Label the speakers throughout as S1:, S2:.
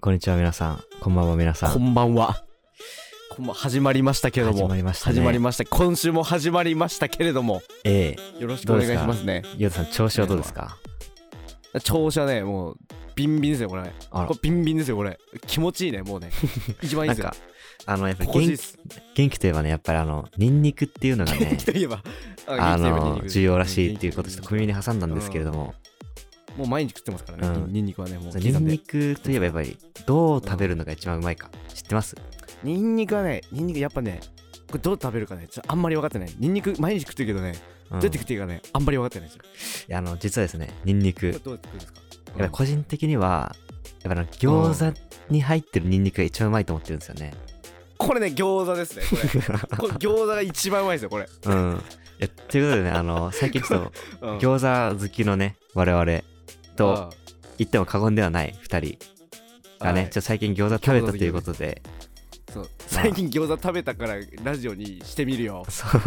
S1: こんにちは皆さん。こんばんは皆さ
S2: こ
S1: ん。
S2: んばんは。こんばん始まりましたけれども。
S1: 始まりましたね
S2: 始まりました今週も始まりましたけれども。
S1: ええ
S2: よろしくお願いしますね。
S1: ゆうたさん調子はどうですか
S2: 調子はね、もう、ビンビンですよ、これ。
S1: あら
S2: これビンビンですよ、これ。気持ちいいね、もうね。一番いい
S1: な
S2: で
S1: ん
S2: すよ
S1: か。、あの、やっぱり
S2: 心地い
S1: 元
S2: いっ
S1: 気
S2: す。
S1: 元気といえばね、やっぱりあの、ニンニクっていうのが ね、
S2: といえば、
S1: あ
S2: 元気といえばニンニ
S1: の、
S2: ク
S1: 重要らしいっていうことをちょっと小
S2: ニンニ
S1: 耳に挟んだんですけれども、
S2: クもう毎日食ってますからね、
S1: うん
S2: ニンニクはね、もう刻ん
S1: ニ
S2: で。
S1: ンニクといえばやっぱり、どう食べるのが一番うまいか、知ってます
S2: ニンニクはね、ニンニクやっぱね、これどう食べるかね、ちょっとあんまり分かってない。ニンニク毎日食ってるけどね、
S1: うん
S2: どうやって食っていいかね、あんまり分かってないんですよ。
S1: いやあの、実はですね、ニンニク、
S2: こ
S1: や
S2: れ
S1: っ
S2: どうやって食うんですか
S1: ぱり個人的には、やっぱりあの餃子に入ってるニンニクが一番うまいと思ってるんですよ ね。
S2: これね餃子ですねこれ これ餃子が一番うまいですよこれ、
S1: うん。いやということでね、あの、最近ちょっと、
S2: うん
S1: 餃子好きのね我々と言っても過言ではない2人がね、
S2: は
S1: ちょ
S2: い
S1: っと最近餃子食べたということで
S2: そう最近餃子食べたからラジオにしてみるよ
S1: そう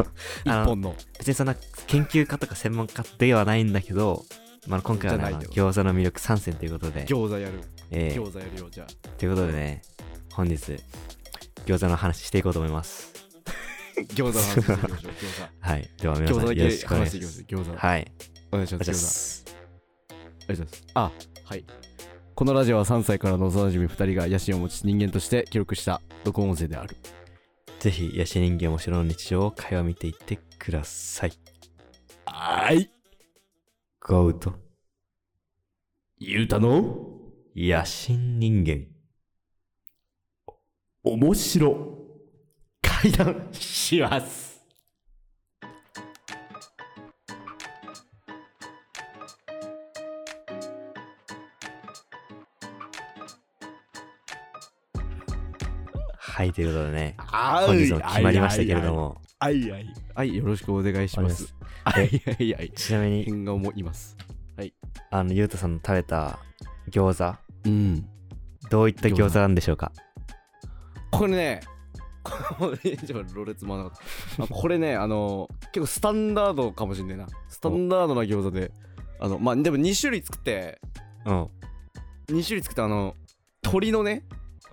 S2: 一
S1: あの
S2: 本の
S1: 別にそんな研究家とか専門家ではないんだけど、まあ、今回は、ね、
S2: じ
S1: あ
S2: ゃない
S1: の
S2: よ
S1: 餃子の魅力参戦ということで、
S2: 餃子やる
S1: えー
S2: 餃子やるよじゃあ
S1: ということでね本日餃子の話していこうと思います
S2: 餃子の話していき ましょう
S1: はいでは
S2: 餃
S1: 皆
S2: 子
S1: さ
S2: 餃
S1: ん
S2: 子
S1: よ
S2: だ
S1: ろし
S2: け
S1: くお願い
S2: 話して
S1: し
S2: いき
S1: ま
S2: まし
S1: す
S2: ょう餃子
S1: はい
S2: お願いしま
S1: じゃ
S2: す餃子お願いしますあはいこのラジオは3歳からの幼馴染2人が野心を持ち人間として記録した録音音声である
S1: ぜひヤシ人形も城の日常を会話見ていってください
S2: はい
S1: ゴート
S2: ゆうたの
S1: 野心人間
S2: 面白会談します
S1: はいということでね
S2: 本
S1: 本日も決まりましたけれども、
S2: はいはいはいよろしくお願いしますは
S1: 願
S2: い
S1: いし
S2: はいはい
S1: ちなみに、
S2: 変顔もいます
S1: あの、ゆうたさんの食べた餃
S2: うん
S1: 子、どういった餃子なんでしょうか
S2: これねこれちょっとろれつまなかったあこれねあの結構スタンダードかもしんないなスタンダードな餃子であのまあでも2種類作って
S1: うん。
S2: 2種類作ってあの鶏のね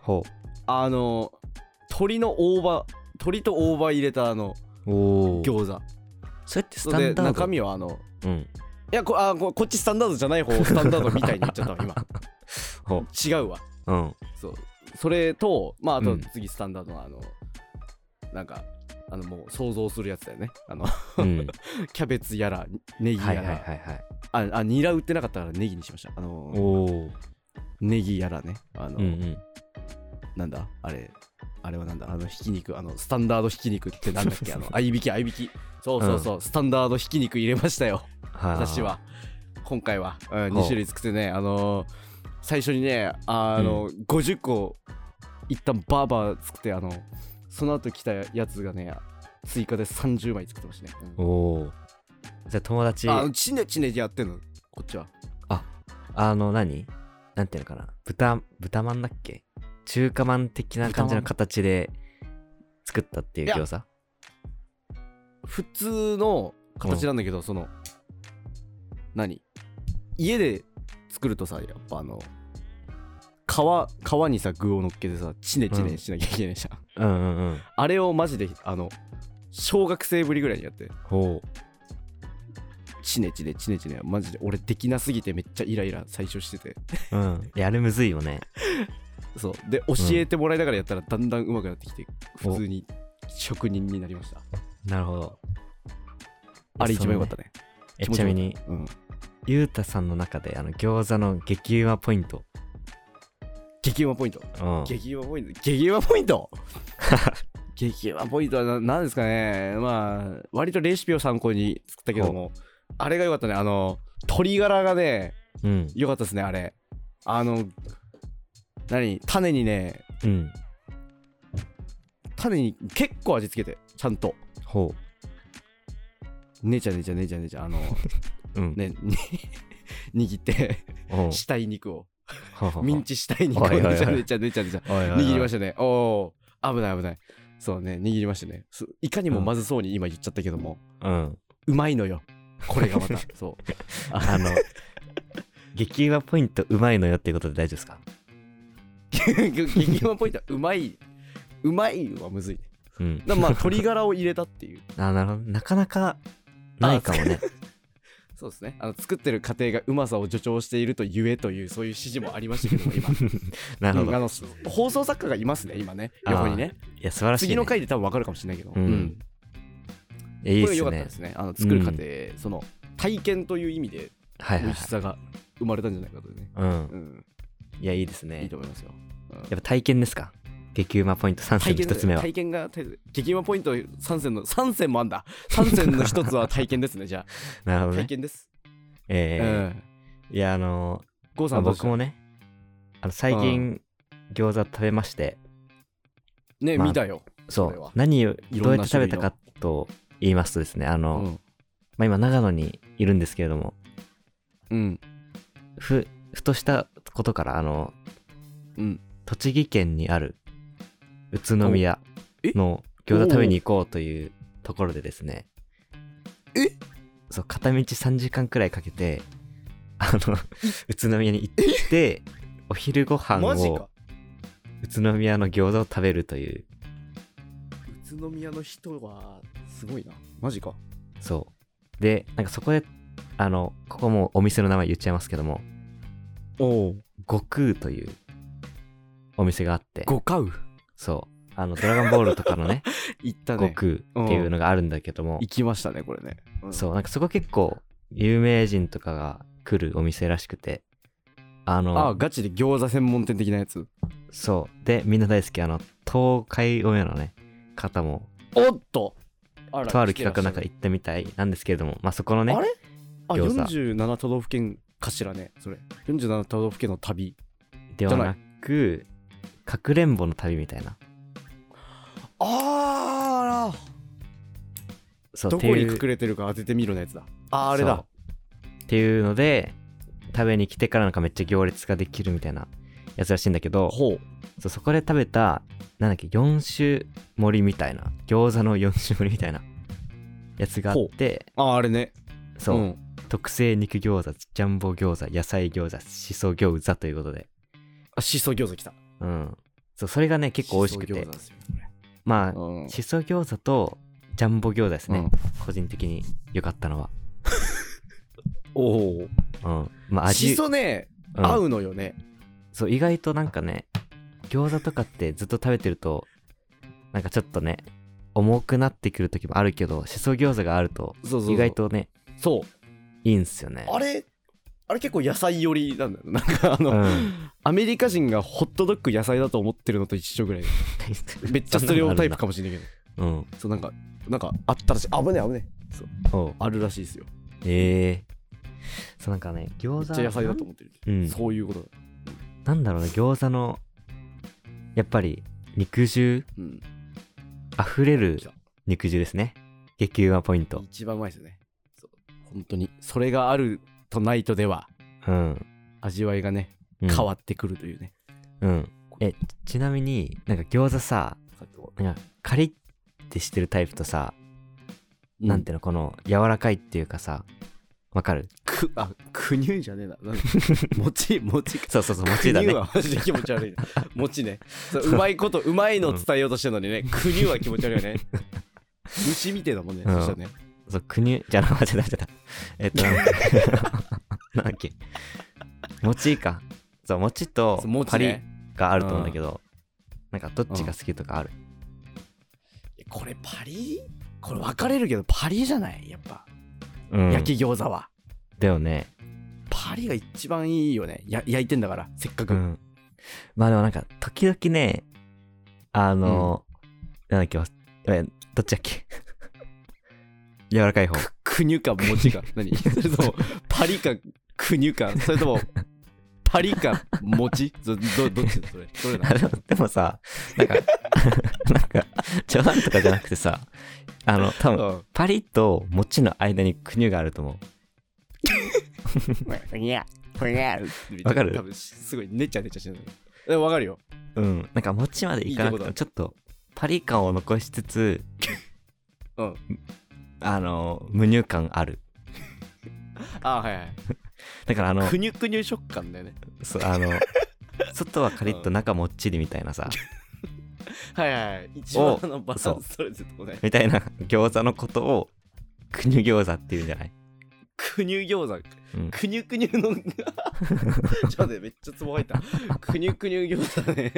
S1: ほ
S2: あの鶏の大葉鶏と大葉入れたあの
S1: う。おお。
S2: 餃子
S1: それってス
S2: そ
S1: タ
S2: れ
S1: ン
S2: で
S1: ダード。
S2: 中身はあの
S1: うん。
S2: いやこあここっちスタンダードじゃない方スタンダードみたいに言っちゃった わ
S1: ほ
S2: 今違うわ
S1: う。うん。
S2: そうそれとまああ
S1: う
S2: と
S1: ん
S2: 次スタンダードのあの、なんかあのもう想像するやつだよねあの
S1: うん。
S2: キャベツやらネギや
S1: は
S2: ら、
S1: いはいはいはい。
S2: ああニラ売ってなかったからネギにしましたあの
S1: おお。
S2: ネギやらねあの、
S1: うんうん。
S2: なんだあれあれはなんだあのひき肉あのスタンダードひき肉ってなんだっけ あの合いびき合いびきそうそうそう、スタンダードひき肉入れましたよ
S1: は
S2: 私。は今回は、うん、
S1: ほう
S2: 2種類作ってねあのー最初にねあの、50個一旦バーバー作ってあのその後来たやつがね追加で30枚作ってましたね、う
S1: お
S2: ん
S1: お。じゃあ友達、
S2: あ
S1: あ
S2: ちねちねやってんのこっちは
S1: の何、なんていうのかな。豚、豚まんだっけ中華まん的な感じの形で作ったっていう餃子
S2: 普通の形なんだけど、その何家で作るとさやっぱあの皮皮にさ具を乗っけてさちねちねしなきゃいけないじゃ
S1: う
S2: ん、
S1: んうんうん。
S2: あれをマジであの小学生ぶりぐらいにやって
S1: ほ
S2: チネチネチネチネマジで俺できなすぎてめっちゃイライラ最初してて
S1: う。うん。いやあれむずいよね。
S2: そうで教えてもらいながらやったらだんだん上手くなってきて
S1: お
S2: 普通に職人になりました
S1: なるほど。
S2: あれ一番良かったね
S1: え
S2: 気持
S1: ち
S2: ち
S1: な
S2: よか
S1: み
S2: った
S1: に、
S2: うん
S1: ゆうたさんの中であの餃子の激うまポイント、
S2: 激うまポイント
S1: うん、
S2: 激うまポイント激うまポイント激うまポイントはななんですかねまあ割とレシピを参考に作ったけどもあれが良かったねあの鶏ガラがね
S1: うん
S2: 良かったですねあれあの何種にね
S1: うん
S2: 種に結構味付けてちゃんと
S1: ほ
S2: ねちゃねちゃねちゃねち ゃあの
S1: ううん
S2: ねに 握って
S1: ほう
S2: 死体肉を
S1: ほうほう
S2: ミンチ死体肉を
S1: おいおいおい
S2: ねちゃねちゃねちゃねちゃ
S1: おいおいおい
S2: 握りましたねおお危ない危ないそうね握りましたねすいかにもまずそうに今言っちゃったけども、
S1: うん
S2: うまいのよこれ がまたそう
S1: あの激うまポイントうまいのよっていうことで大丈夫ですか
S2: 激うまポイントはうまいうまいはむずいね
S1: うん
S2: だからまあ鶏ガラを入れたっていう
S1: あなるほどなかなかないかもね
S2: そうですねあの作ってる過程がうまさを助長しているとゆえというそういう指示もありましたけども今
S1: なるほ
S2: うんあ
S1: ど
S2: の放送作家がいますね今ね
S1: あー
S2: 横にね
S1: いや素晴らしい、ね、
S2: 次の回で多分わかるかもしれないけど、
S1: うんいやいい
S2: こ
S1: っ
S2: れ
S1: す
S2: 良か
S1: よ
S2: った
S1: ね
S2: ですねあの作る過程、その体験という意味で
S1: はい
S2: 美
S1: はい、
S2: 味し
S1: は
S2: さが生まれたんじゃないかとね、
S1: い、うん
S2: うん、
S1: いやいいですね
S2: いいと思いますよ、うん
S1: やっぱ体験ですか激うまポイント3選
S2: 体験
S1: 1つ目は
S2: 体験が激うまポイント3選の3選もあんだ3選の一つは体験ですねじゃ
S1: なる
S2: あ
S1: ほど
S2: 体
S1: ね
S2: 験です、
S1: えー
S2: うん
S1: いやあのー
S2: 郷
S1: ま
S2: さ
S1: あ
S2: んどうで
S1: 僕
S2: すか
S1: もねあの最近餃子食べまして
S2: ね、
S1: まあ
S2: 見たよ
S1: そ
S2: それ
S1: う
S2: は
S1: 何を
S2: い
S1: ど
S2: ろ
S1: うんや
S2: な
S1: って食
S2: 種
S1: べ
S2: 類の
S1: たかと言いますとですねあ
S2: う
S1: の、
S2: ん、
S1: まあ、今長野にいるんですけれども
S2: うん
S1: ふふとしたことからあの
S2: うん、
S1: 栃木県にある宇都宮の餃子食べに行こうというところでですね
S2: え
S1: そう片道3時間くらいかけてあの宇都宮に行ってお昼ご飯
S2: マジ
S1: を
S2: か
S1: 宇都宮の餃子を食べるという
S2: 宇都宮の人はすごいなマジか
S1: そうでなんかそこであのここもうお店の名前言っちゃいますけども
S2: おお
S1: 悟空というお店があって
S2: 五回
S1: そうあのドラゴンボールとかの ね
S2: 行った
S1: 悟
S2: ね
S1: 空っていうのがあるんだけども
S2: 行きましたねこれね、うん
S1: そう、なんかそこ結構有名人とかが来るお店らしくて、あの、
S2: あガチで餃子専門店的なやつ
S1: そう、で、みんな大好き、あの、東海オンエアのね、方も、
S2: おっとあ
S1: とある企画の中
S2: で
S1: で行ったみたいなんですけれども、まあそこのね
S2: あ、れあ
S1: 餃子
S2: 47都道府県かしらねそれ47都道府県の旅
S1: ではなく、かくれんぼの旅みたいな、
S2: あ
S1: そう、
S2: どこに
S1: っていう
S2: 隠れてるか当ててみろのやつだあーあれ
S1: そ
S2: だ
S1: うっていうので、食べに来てからなんかめっちゃ行列ができるみたいなやつらしいんだけど、
S2: ほう
S1: そうそこで食べた、なんだっけ、4種盛りみたいな、餃子の4種盛りみたいなやつがあって、
S2: あーあれね
S1: そう、
S2: ん
S1: 特製肉餃子、ジャンボ餃子、野菜餃子、しそ餃子ということで。
S2: あしそ餃子きた
S1: うん。そう、それがね、結構美味しく
S2: シソ餃
S1: て
S2: 子。ですよ
S1: まあ、
S2: うん
S1: しそ餃子とジャンボ餃子ですね。
S2: うん
S1: 個人的に良かったのは。
S2: おお
S1: うん。まあ、味、
S2: しそね
S1: うん
S2: 合うのよね
S1: そう、意外となんかね、餃子とかってずっと食べてると、なんかちょっとね、重くなってくる時もあるけど、しそ餃子があると、
S2: そうそうそう
S1: 意外とね、
S2: そう
S1: いいんすよね。
S2: あれあれ結構野菜寄りなんだよなんかあの、
S1: うん。
S2: アメリカ人がホットドッグ野菜だと思ってるのと一緒ぐらい めっちゃストレオタイプかもしれないけど
S1: うん。
S2: そうなんかなんかあったらしい危ね危ね
S1: おう
S2: あるらしいですよ
S1: ええそうなんかね、
S2: めっ
S1: 餃
S2: ち
S1: 子。
S2: ゃ野菜だと思ってる
S1: うん、
S2: そういうことだ
S1: なんだろうね餃子のやっぱり肉汁
S2: うん
S1: あふれる
S2: 来た
S1: 肉汁ですね激うまポイント
S2: 一番うまいですよねそう本当にそれがあるとないとでは
S1: うん、
S2: 味わいがね
S1: うん、
S2: 変わってくるというね
S1: うんえちちなみになんか餃子さなんかカリッてしてるタイプとさ、
S2: うん
S1: なんていうのこの柔らかいっていうかさわかる
S2: くあくにゅうじゃねえな なんだ餅餅
S1: そうそうそう
S2: く
S1: 餅だ
S2: にゅ
S1: ね
S2: うはマジで気持ち 悪い餅ねそううまいことうまいのを伝えようとしてるのにねくにゅうは気持ち悪いよ ね虫みてえだもんね
S1: うん
S2: そしたらね
S1: そうくにゅじゃな間違えた間違え たえっとなんだっけなんだっけ餅かそう餅と
S2: そう餅
S1: カリ
S2: ね
S1: ッがあると思うんだけど、なんかどっちが好きとかある、
S2: いやこれパリこれ分かれるけどパリじゃないやっぱ、
S1: うん
S2: 焼き餃子は
S1: だよね
S2: パリが一番いいよねや焼いてんだからせっかく、
S1: うん。まあでもなんか、時々ね、あの、なんだっけ、わえどっちだっ け柔らかい方。
S2: くにゅか餅か何 それともパリかくにゅかそれともパリか餅どどどっちだそれどれな
S1: あでもでもさ、なんか、 なんか、冗談とかじゃなくてさ、あの、 多分
S2: の
S1: パリと餅の間にクニュがあると思
S2: ふにゃふにゃ
S1: わかる
S2: 多分すごいねちゃねちゃしてるでもわかるよ
S1: う。うん。なんか餅までいかなくて
S2: い
S1: も、
S2: い
S1: ちょっと、パリ感を残しつつ、
S2: うん
S1: あの、無乳感ある。
S2: あはいはい
S1: だからあの、
S2: くにゅくにゅ食感だよね
S1: そうあの外はカリッと中もっちりみたいなさ、
S2: はいはいはい一番のバランス取れてるとこね
S1: みたいな餃子のことを、くにゅ餃子っていうんじゃない
S2: くにゅ餃子
S1: うん
S2: くにゅくにゅ のちょっと待ってめっちゃツボ入ったくにゅくにゅ餃子ね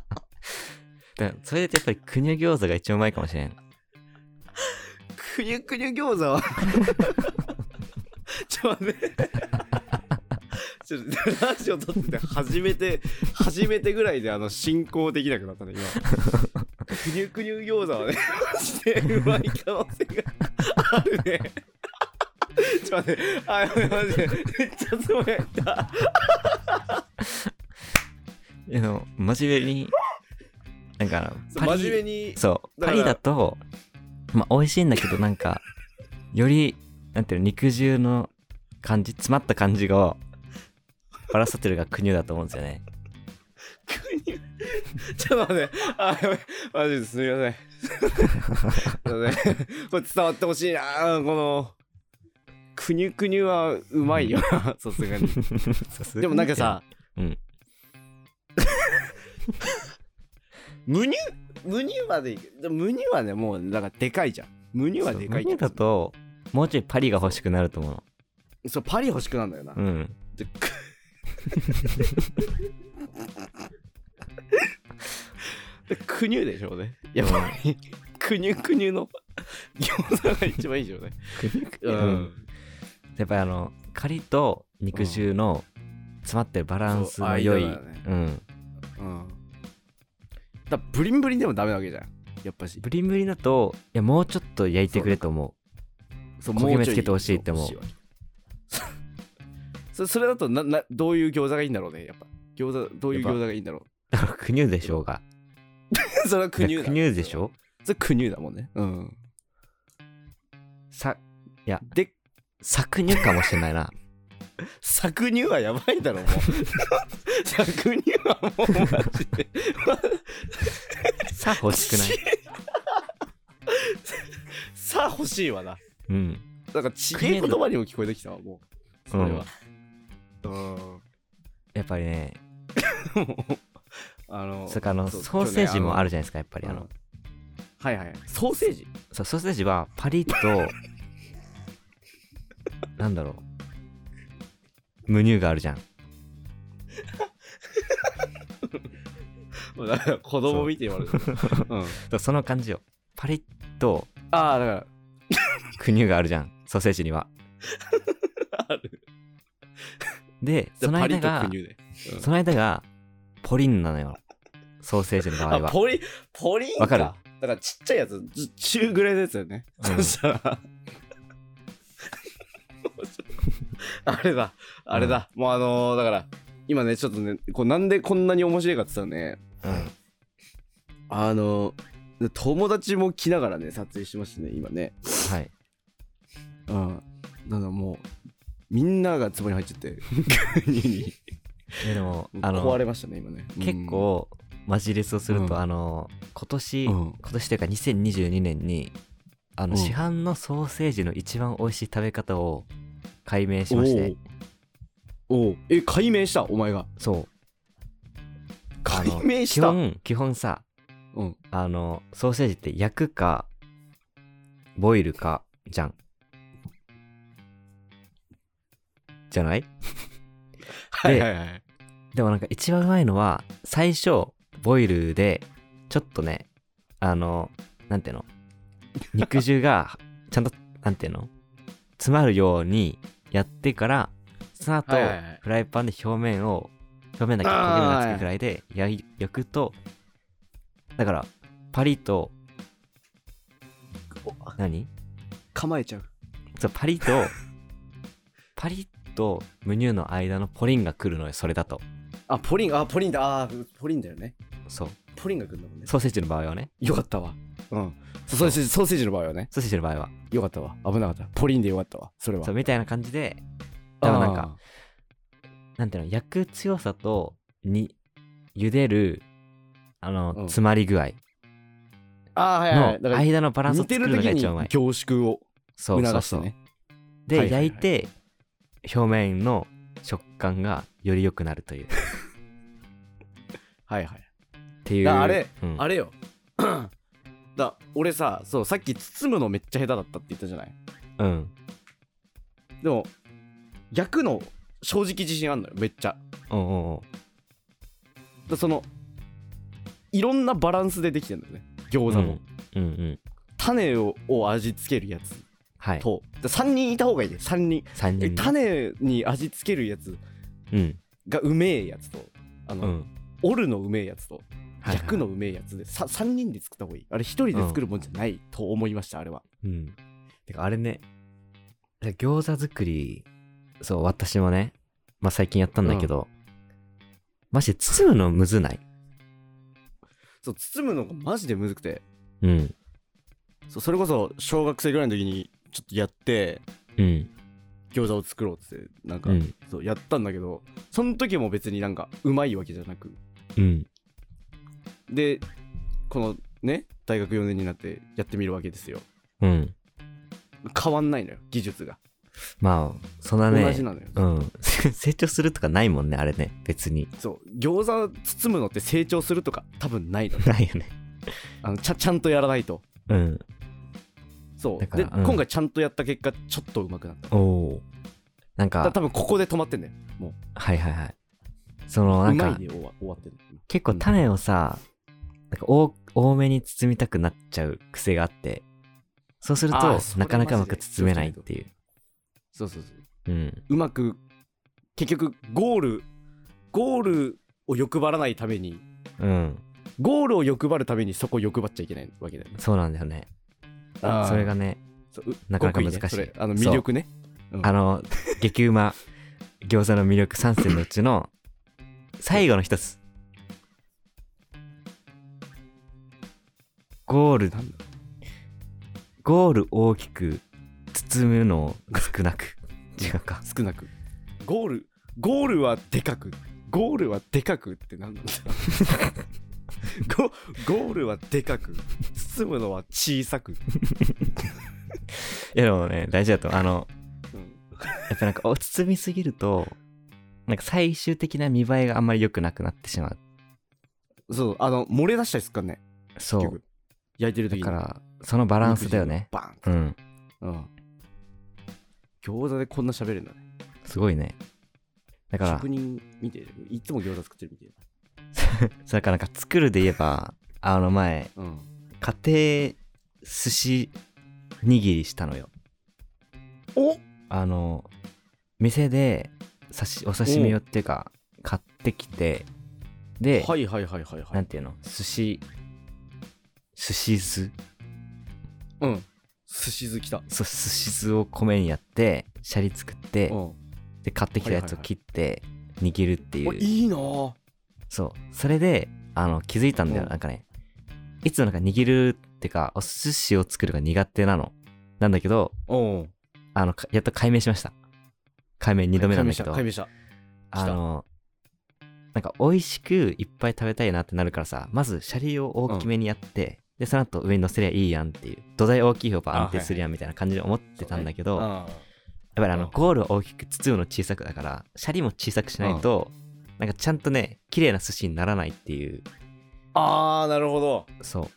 S1: だからそれでやっぱりくにゅ餃子が一番うまいかもしれん。
S2: くにゅくにゅ餃 子はちょっと待ってちょっとラジオ撮ってて初めて初めてぐらいであの進行できなくなったね今くにゅくにゅ餃子はねマジでうまい可能性があるねちょっと待ってあやばいマジでめっちゃつぼやった
S1: あの、真面目に、なんか、
S2: そう
S1: パリ
S2: 真面目に
S1: そう、パ
S2: だから
S1: リだと、まあ、美味しいんだけど、なんか、より、なんていうの、肉汁の感じ、詰まった感じが、バランスホテルが国だと思うんですよ ね。
S2: 国ちょっと待って、あ、やばいマジですみません。すみません。これ伝わってほしいな、この。くにゅくにゅはうまいよ な、さすがに。でもなんかさ、
S1: うん。
S2: むにゅ、むにゅまでいく。でもむにゅはね、もう、なんかでかいじゃん。むにゅ
S1: そう、
S2: はでかい
S1: 国だと、もうちょいパリが欲しくなると思うの。
S2: そう、パリ欲しくなるんだよな。
S1: うん。
S2: でくでくにゅでしょうね。やっぱり、くにゅくにゅの餃子が一番いいでしょうね。
S1: うんやっぱりあの、カリと肉汁の詰まってるバランスの良い、
S2: そうう間だよね
S1: ん。
S2: うんだブリンブリンでもダメなわけじゃんやっぱし
S1: ブリンブリンだと、いや、もうちょっと焼いてくれと思う。
S2: そう
S1: 焦げ目
S2: もうちょ
S1: つけてほしいって思う
S2: 欲しわけそうそ それだとななどういう餃子がいいんだろうねやっぱ餃子どういう餃子がいいんだろ
S1: だから、クニューでしょうが。
S2: う それは
S1: ク
S2: クニューだ
S1: クニューでしょ
S2: それクニューだもんねうん
S1: さ、
S2: で
S1: サクニューかもしれない な。
S2: 搾乳はやばいだろもう 搾乳はもうマジで
S1: さ、欲しくない。
S2: さあ欲しいわな
S1: うん。
S2: なんかちげえ言葉にも聞こえてきたわもうそれはうん
S1: やっぱりね、
S2: あの
S1: それからあの、
S2: そう
S1: ソーセージもあ
S2: る
S1: るじゃないですか、やっぱり。あの、
S2: はいはいソーセージ
S1: そうソーセージはパリッと、なんだろう。ムニューがあるじゃん。
S2: もうだから 子供見て言わ れる、うん、
S1: だからその感じよ。パリッと、
S2: ああだか
S1: クニューがあるじゃん。ソーセージには。
S2: ら ある
S1: で、その
S2: パリ
S1: 間
S2: と
S1: が
S2: クニ、ューでうん
S1: その間が、ポリンなのよ。ソーセージの場合
S2: あ
S1: は。
S2: ポリポリンか
S1: わかる
S2: だからちっちゃいやつち中ぐらいのやつだよね、
S1: うん
S2: そしたら あれだあれだ、もうあのーだから今ねちょっとねこうなんでこんなに面白いかって言ったらね
S1: うん。
S2: あのー友達も来ながらね撮影してましたね今ね
S1: はい。
S2: うんだからもうみんながツボに入っちゃって 国に
S1: ででも、あの
S2: 壊、れましたね今ね
S1: 結構マジレスをすると、
S2: うん
S1: あの今年、
S2: うん
S1: 今年というか2022年にあの、
S2: うん
S1: 市販のソーセージの一番美味しい食べ方を解明し
S2: お
S1: ま
S2: お
S1: して
S2: おうえ解明したお前が
S1: そうあ
S2: 解
S1: の
S2: 明し
S1: 基
S2: た
S1: 本基本さ
S2: うん
S1: あのソーセージって焼くかボイルかじゃんじゃない
S2: はいはいはい
S1: でもなんか一番うまいのは最初ボイルでちょっとねあのなんていうの肉汁がちゃんとなんていうの詰まるようにやってからその後
S2: はいはいはい
S1: フライパンで表面を表面だけ焦げ目がつくくらいで焼い焼くとだからパリと
S2: お
S1: 何
S2: 構えちゃう
S1: そうパリと パリとムニューの間のポリンが来るのよそれだと
S2: あポリンあポリンだあーポリンだよね
S1: そう
S2: ポリンが来るんだもんね
S1: ソーセージの場合はね
S2: よかったわうんそソーセージソーセージの場合はね
S1: ソーセージの場合は
S2: よかったわ危なかったポリンでよかったわそれは
S1: そうみたいな感じで
S2: あ
S1: だ
S2: ー
S1: からなんかなんていうの焼く強さとに茹でるあの、
S2: うん
S1: 詰まり具合
S2: あーはいはいはいだ
S1: の
S2: か
S1: 間のバラ
S2: ら
S1: ンスを
S2: 似て
S1: 作
S2: る
S1: るのが
S2: 時
S1: 一
S2: に
S1: 番うまい
S2: 凝縮を
S1: そうそう
S2: 促して
S1: そう
S2: ねはい
S1: で
S2: はいはい
S1: 焼いて表面の食感がより良くなるという。っ
S2: はいはい
S1: ていう。
S2: だあれ、
S1: うん、
S2: あれよ だ俺さそうさっき包むのめっちゃ下手だったって言ったじゃない
S1: うん。
S2: でも焼くの正直自信あんのよめっちゃ
S1: おうおうおう
S2: だそのいろんなバランスでできてんだよね餃子も、
S1: うんうん。
S2: 種をを味付けるやつ
S1: はい。
S2: と、だ3人いた方がいいね3人、
S1: 3人ね。
S2: 種に味付けるやつ
S1: うん。
S2: がうめえやつとあの、
S1: うん。
S2: 折るのうめえやつと
S1: はいはい
S2: 焼くのうめえやつで、さ3人で作った方がいいあれ1人で作るもんじゃないと思いました、あれは
S1: うん。てかあれね、餃子作り、そう、私もね、まあ最近やったんだけど、まして包むのむずない。
S2: そう包むのがマジでむずくて
S1: うん。
S2: そうそれこそ小学生ぐらいの時にちょっとやって
S1: うん。
S2: 餃子を作ろうっつってなんか、
S1: うん。
S2: そうやったんだけどその時も別になんかうまいわけじゃなく
S1: うん。
S2: でこのね大学4年になってやってみるわけですよ
S1: うん。
S2: 変わんないのよ技術が、
S1: まあ、そんなね、
S2: 同じなのよ、
S1: うん。 成長するとかないもんね、あれね、別に。
S2: そう餃子包むのって成長するとか多分ないの
S1: ないよね。
S2: あのちゃちゃんとやらないと
S1: うん。
S2: そう
S1: だか
S2: で、
S1: らうん
S2: 今回ちゃんとやった結果ちょっとうまくなった
S1: おお。なん
S2: だ
S1: か、
S2: 多分ここで止まってんだよも
S1: はいはいはい。その、
S2: う
S1: な
S2: うんま
S1: か
S2: い、で終わ終わってる
S1: 結構種をさ、なんか多多めに包みたくなっちゃう癖があって、そうする
S2: あ
S1: と
S2: ーそ、れ
S1: なかなかうまく包めないっていう。
S2: そうそうそ
S1: う
S2: う
S1: ん。
S2: うまく結局ゴールゴールを欲張らないために
S1: うん。
S2: ゴールを欲張るためにそこを欲張っちゃいけないわけだよね
S1: そうなんだよね。
S2: あー
S1: それがね、
S2: そうう
S1: なかなか
S2: 極意ね
S1: 難しい
S2: それあの
S1: そう
S2: 魅力ねうん
S1: あの、激うま餃子の魅力3選のうちの最後の一つ。ゴール
S2: なんだ、
S1: ゴール大きく包むのを少なく。違うか。
S2: 少なくゴールゴールはでかくゴールはでかくってなん なんだゴゴールはでかく包むのは小さく、
S1: いやでもね、大事だと思う。あの、
S2: うん
S1: やっぱなんかお包みすぎると、なんか最終的な見栄えがあんまり良くなくなってしまう。
S2: そうあの漏れ出したりすっからね
S1: そ
S2: 結
S1: う
S2: 局。焼いてる時
S1: だ
S2: に
S1: から、そのバランスだよね。
S2: バ
S1: う
S2: ーン
S1: ん。
S2: うん餃子でこんな喋るんだね
S1: すごいね。だから
S2: 職、人見ていつも餃子作ってるみたいな
S1: それからなんか作るで言えば、あの前、
S2: うん
S1: 家庭寿司握りしたのよ。
S2: お
S1: あの、店で刺しお刺身をっていうか、買ってきて、で、
S2: はいはいはいはいは
S1: ないんていうの寿司、寿司酢
S2: うん寿司好きだ
S1: そう寿司酢を米にやって、シャリ作って、
S2: うん
S1: で買ってきたやつを切って握るっていう、
S2: おいいなぁ
S1: そうそれであの気づいたんだよ、
S2: うん
S1: なんかねいつもなんか握るってかお寿司を作るが苦手なのなんだけど
S2: うん
S1: あのかやっと解明しました解明2度目なんだけど
S2: 解明した解明
S1: あ
S2: した
S1: のなんか美味しくいっぱい食べたいなってなるからさまずシャリを大きめにやって、でその後上に乗せりゃいいやんっていう土台大きい方が安定するやんみたいな感じで思ってたんだけど、
S2: 明した
S1: やっぱりあの、
S2: うん
S1: ゴールを大きく包むの小さくだから、シャリも小さくしないと、なんかちゃんとね、綺麗な寿司にならないっていう、
S2: あーなるほど
S1: そ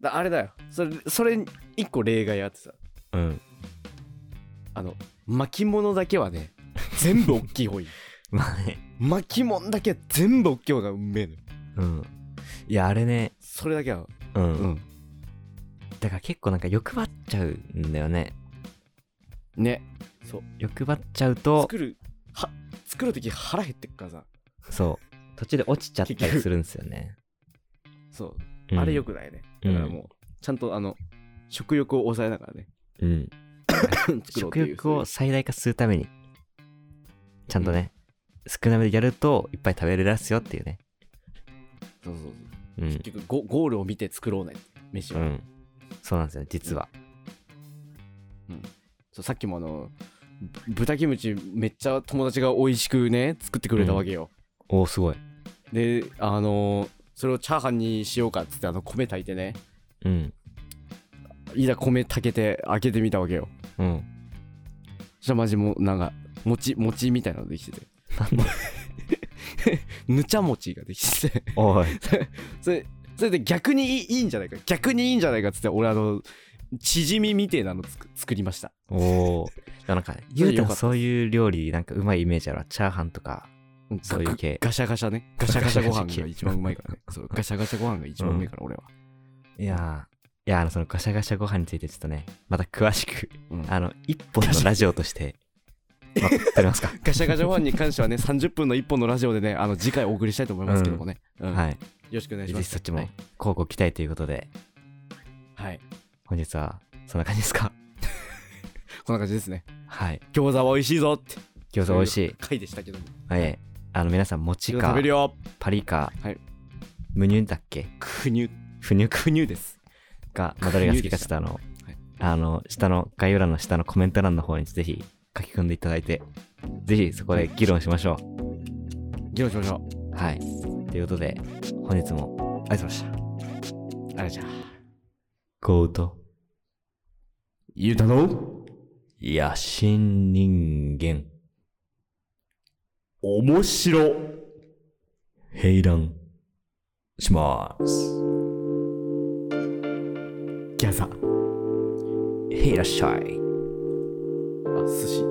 S2: だあれだよそれそれ一個例外あってさ
S1: う。うん。
S2: あの巻物だけはね 全部大きい方がいい
S1: まあね、
S2: 巻物だけは全部大きい方がうめえのよ
S1: うん。いや、あれね、
S2: それだけは
S1: うん。
S2: うん
S1: だから結構なんか欲張っちゃうんだよね。
S2: ねそう
S1: 欲張っちゃうと、
S2: 作るは作る時腹減ってっからさ
S1: そう。途中で落ちちゃったりするんですよね。
S2: そう
S1: うん
S2: あれよ。くないね。
S1: う
S2: だ
S1: ん
S2: からもう、ちゃんとあの、食欲を抑えながらね、
S1: うん。
S2: 作ろうって
S1: 食
S2: いう。
S1: 欲を最大化するために、ちゃんとね、少なめでやるといっぱい食べれますよっていうね。
S2: そうそうそう。
S1: うん。
S2: 結局ゴ、ゴールを見て作ろうね、飯
S1: う
S2: は。
S1: ん。そうなんですよね、実は。
S2: そうさっきもあの、ぶ豚キムチめっちゃ友達が美味しくね、作ってくれたわけよ。
S1: おおすごい。
S2: で、あのーそれをチャーハンにしようかっつって、あの、米炊いてね、
S1: うん。
S2: いざ米炊けて、開けてみたわけよ。
S1: うん。
S2: そしたらマジもうなんか、餅餅みたいなのできてて
S1: なんだ
S2: ぬちゃ餅ができてて
S1: お い。
S2: それそれで逆にいいいいんじゃないか逆にいいんじゃないかっつって俺あの縮みみてえなの作作りました
S1: おお。でもなんか、ゆうたらそういう料理、なんかうまいイメージあるわ。チャーハンとか。そういう系
S2: ガガシャガシャねガシャガシャご
S1: ガ
S2: 飯
S1: シャガシャ
S2: が
S1: 系
S2: 一番うまいからねそうガシャガシャご飯が一番うまいから俺は、
S1: いやー、いやー、あの、そのガシャガシャご飯についてちょっとね、また詳しく、
S2: うん
S1: あの、一本のラジオとして、まあ、撮りますか。
S2: ガシャガシャご飯に関してはね30分の1本のラジオでねあの次回お送りしたいと思いますけどもね、 うんよ
S1: はい。
S2: ろしくお願いし
S1: ぜ
S2: ま
S1: ひ
S2: す
S1: そっちも、乞うご期待ということで、
S2: はい、はい
S1: 本日は、そんな感じです か。
S2: こんな感じですね
S1: はい。
S2: 餃子は美味しいぞって
S1: 餃子美味しい。
S2: 回でしたけども
S1: はい。あの、皆さん、餅
S2: 餃子
S1: か
S2: 食べ、るよ
S1: パリか、
S2: はい
S1: むにゅだっけ
S2: くにゅ
S1: ふにゅか
S2: くにゅです
S1: が、まあ、どれが好きか、ちょっとあの、
S2: はい
S1: あの、下の、概要欄の下のコメント欄の方にぜひ書き込んでいただいて、ぜひそこで議論しましょ
S2: 議論しましょう
S1: う。はい。ということで、本日もありがとうございました。
S2: あれじゃあ
S1: ゴート、
S2: ゆうたの
S1: 野心人間、
S2: 面白
S1: 平乱します。
S2: ギャザ
S1: へいらっしゃい。
S2: あ寿司